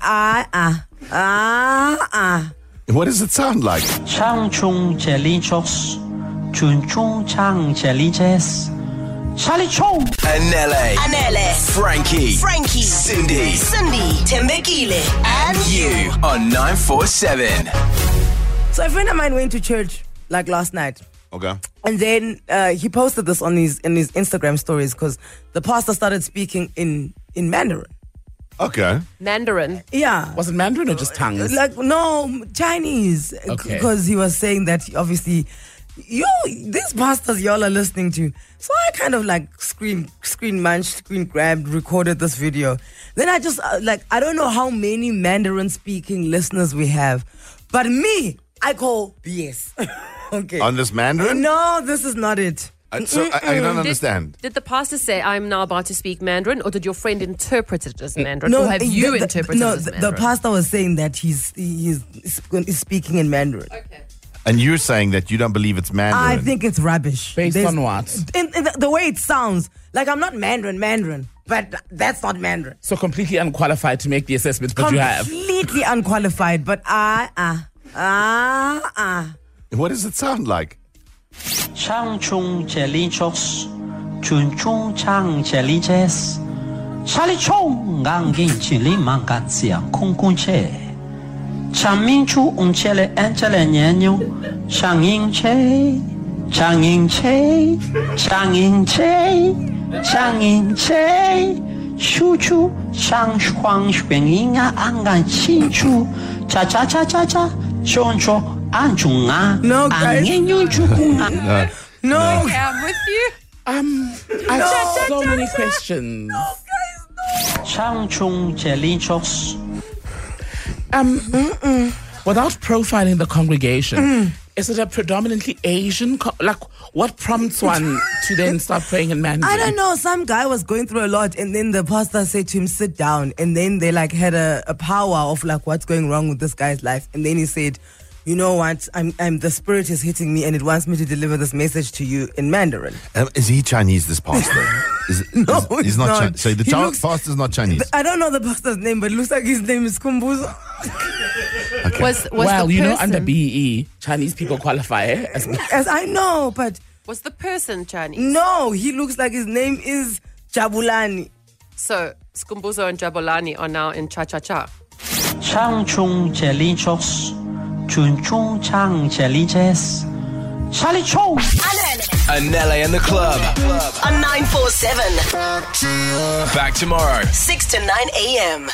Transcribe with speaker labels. Speaker 1: ah, ah, ah, ah.
Speaker 2: What does it sound like?
Speaker 3: 창충 젤리초스 준충 창 젤리체스 찰리총
Speaker 4: Anele,
Speaker 5: Anele,
Speaker 4: Frankie,
Speaker 5: Frankie,
Speaker 4: Cindy,
Speaker 5: Cindy, Tembekile, and
Speaker 4: you on 947.
Speaker 1: So a friend of mine went to church like last night.
Speaker 2: Okay.
Speaker 1: And then uh, he posted this on his in his Instagram stories because the pastor started speaking in in Mandarin.
Speaker 2: Okay.
Speaker 6: Mandarin.
Speaker 1: Yeah.
Speaker 7: Was it Mandarin or just tongues?
Speaker 1: Like no Chinese,
Speaker 7: Okay.
Speaker 1: because he was saying that he obviously, you these pastors y'all are listening to. So I kind of like screen screen munched, screen grabbed, recorded this video. Then I just uh, like I don't know how many Mandarin speaking listeners we have, but me I call BS. okay.
Speaker 2: On this Mandarin?
Speaker 1: no, this is not it.
Speaker 2: I, so I, I don't understand.
Speaker 6: Did the pastor say, I'm now about to speak Mandarin, or did your friend interpret it as Mandarin? or have
Speaker 1: the-
Speaker 6: you
Speaker 1: the- the-
Speaker 6: interpreted
Speaker 1: No,
Speaker 6: it as
Speaker 1: the,
Speaker 6: Mandarin?
Speaker 1: the pastor was saying that he's he's, he's speaking in Mandarin.
Speaker 2: And you're saying that you don't believe it's
Speaker 1: I
Speaker 2: Mandarin.
Speaker 1: think it's rubbish.
Speaker 7: Based
Speaker 1: There's-
Speaker 7: on what?
Speaker 1: In, in the, the way it sounds, like I'm not Mandarin, Mandarin, but that's not Mandarin.
Speaker 7: So completely unqualified to make the assessment, but you have.
Speaker 1: Completely unqualified, but ah ah ah ah.
Speaker 2: What does it sound like?
Speaker 3: 창충 젤리초스 준충 창 젤리체스 찰리총 강긴 젤리만 같이야 콩콩체 찬민추 웅체레 엔체레 년요 창인체 창인체 창인체 창인체 슈추 창슈황 슈뱅잉아 안간 친추 자자자자자 쫀초 안중아
Speaker 1: No, guys.
Speaker 3: 안녕주궁아
Speaker 1: No,
Speaker 6: Okay, I'm with you.
Speaker 7: Um, I have so many questions.
Speaker 3: 창충 젤리초스
Speaker 7: Um, without profiling the congregation,
Speaker 1: Mm.
Speaker 7: is it a predominantly Asian? Co- like, what prompts one to then start praying in Mandarin?
Speaker 1: I don't know. Some guy was going through a lot, and then the pastor said to him, "Sit down." And then they like had a, a power of like what's going wrong with this guy's life. And then he said, "You know what? I'm, I'm the spirit is hitting me, and it wants me to deliver this message to you in Mandarin."
Speaker 2: Um, is he Chinese, this pastor? Is,
Speaker 1: No,
Speaker 2: is- he's
Speaker 1: he's
Speaker 2: not.
Speaker 1: not.
Speaker 2: Chi- so the
Speaker 1: He
Speaker 2: child
Speaker 1: looks-
Speaker 2: pastor's not Chinese.
Speaker 1: I don't know the pastor's name, but it looks like his name is Kumbuzo.
Speaker 6: Was, was
Speaker 7: Well,
Speaker 6: the
Speaker 7: you know,
Speaker 6: person-
Speaker 7: under BE, Chinese people qualify eh, as
Speaker 1: As I know, but
Speaker 6: Was the person Chinese?
Speaker 1: no, he looks like his name is Jabulani.
Speaker 6: So, Skumbuzo and Jabolani are now in Cha Cha Cha.
Speaker 3: 창충 젤리초스 준충 창 젤리체스 찰리총
Speaker 5: Anele
Speaker 4: Anele and the club.
Speaker 5: on 947,
Speaker 4: Back tomorrow.
Speaker 5: 6 to 9 a.m.